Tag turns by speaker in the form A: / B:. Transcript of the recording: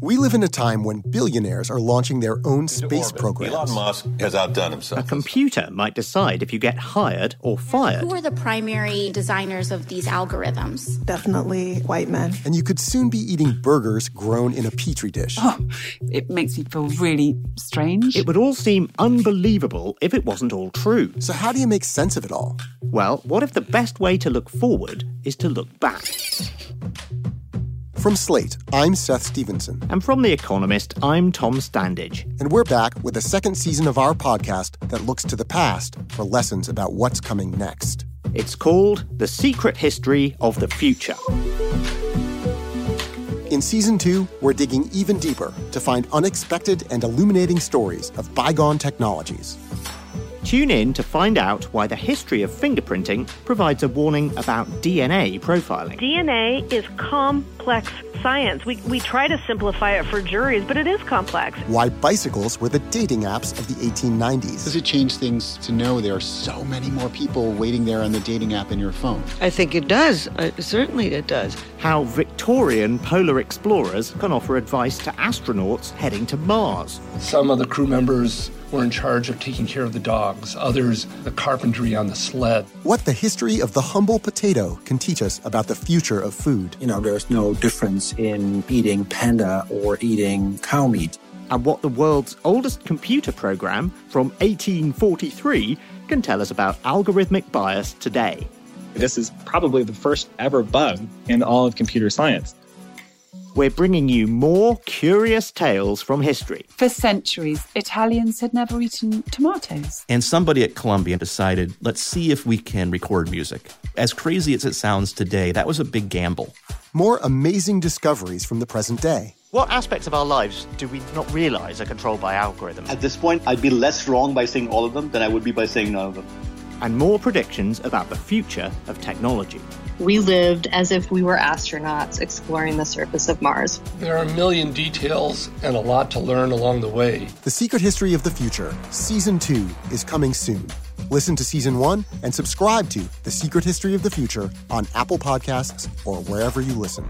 A: We live in a time when billionaires are launching their own space
B: orbit.
A: programs.
B: Elon Musk has outdone
C: A
B: himself.
C: computer might decide if you get hired or fired.
D: Who are the primary designers of these algorithms?
E: Definitely white men.
A: and you could soon be eating burgers grown in a petri dish.
F: It makes me feel really strange.
C: It would all seem unbelievable if it wasn't all true.
A: So, how do you make sense of it all?
C: Well, what if the best way to look forward is to look back?
A: From Slate, I'm Seth Stevenson,
C: And from The Economist, I'm Tom Standage.
A: and we're back with the second season of our podcast that looks to the past for lessons about what's coming next.
C: It's called The Secret History of the Future.
A: In season two, we're digging even deeper to find unexpected and illuminating stories of bygone technologies.
C: Tune in to find out why the history of fingerprinting provides a warning about DNA profiling.
G: DNA is complex science. We, we try to simplify it for juries, but it is complex.
A: Why bicycles were the dating apps of the 1890s.
H: Does it change things to know there are so many more people waiting there on the dating app in your phone?
I: I think it does. Uh, certainly it does.
C: How Victorian polar explorers can offer advice to astronauts heading to Mars.
J: Some of the crew members were in charge of taking care of the dogs, others, the carpentry on the sled.
A: What the history of the humble potato can teach us about the future of food.
K: You know, there's no difference in eating panda or eating cow meat.
C: And what the world's oldest computer program from 1843 can tell us about algorithmic bias today.
L: This is probably the first ever bug in all of computer science.
C: We're bringing you more curious tales from history.
F: For centuries, Italians had never eaten tomatoes.
M: And somebody at Columbia decided, let's see if we can record music. As crazy as it sounds today, that was a big gamble.
A: More amazing discoveries from the present day.
C: What aspects of our lives do we not realize are controlled by algorithms?
L: At this point, I'd be less wrong by saying all of them than I would be by saying none of them.
C: And more predictions about the future of technology.
N: We lived as if we were astronauts exploring the surface of Mars.
J: There are a million details and a lot to learn along the way.
A: The Secret History of the Future, Season 2, is coming soon. Listen to Season 1 and subscribe to The Secret History of the Future on Apple Podcasts or wherever you listen.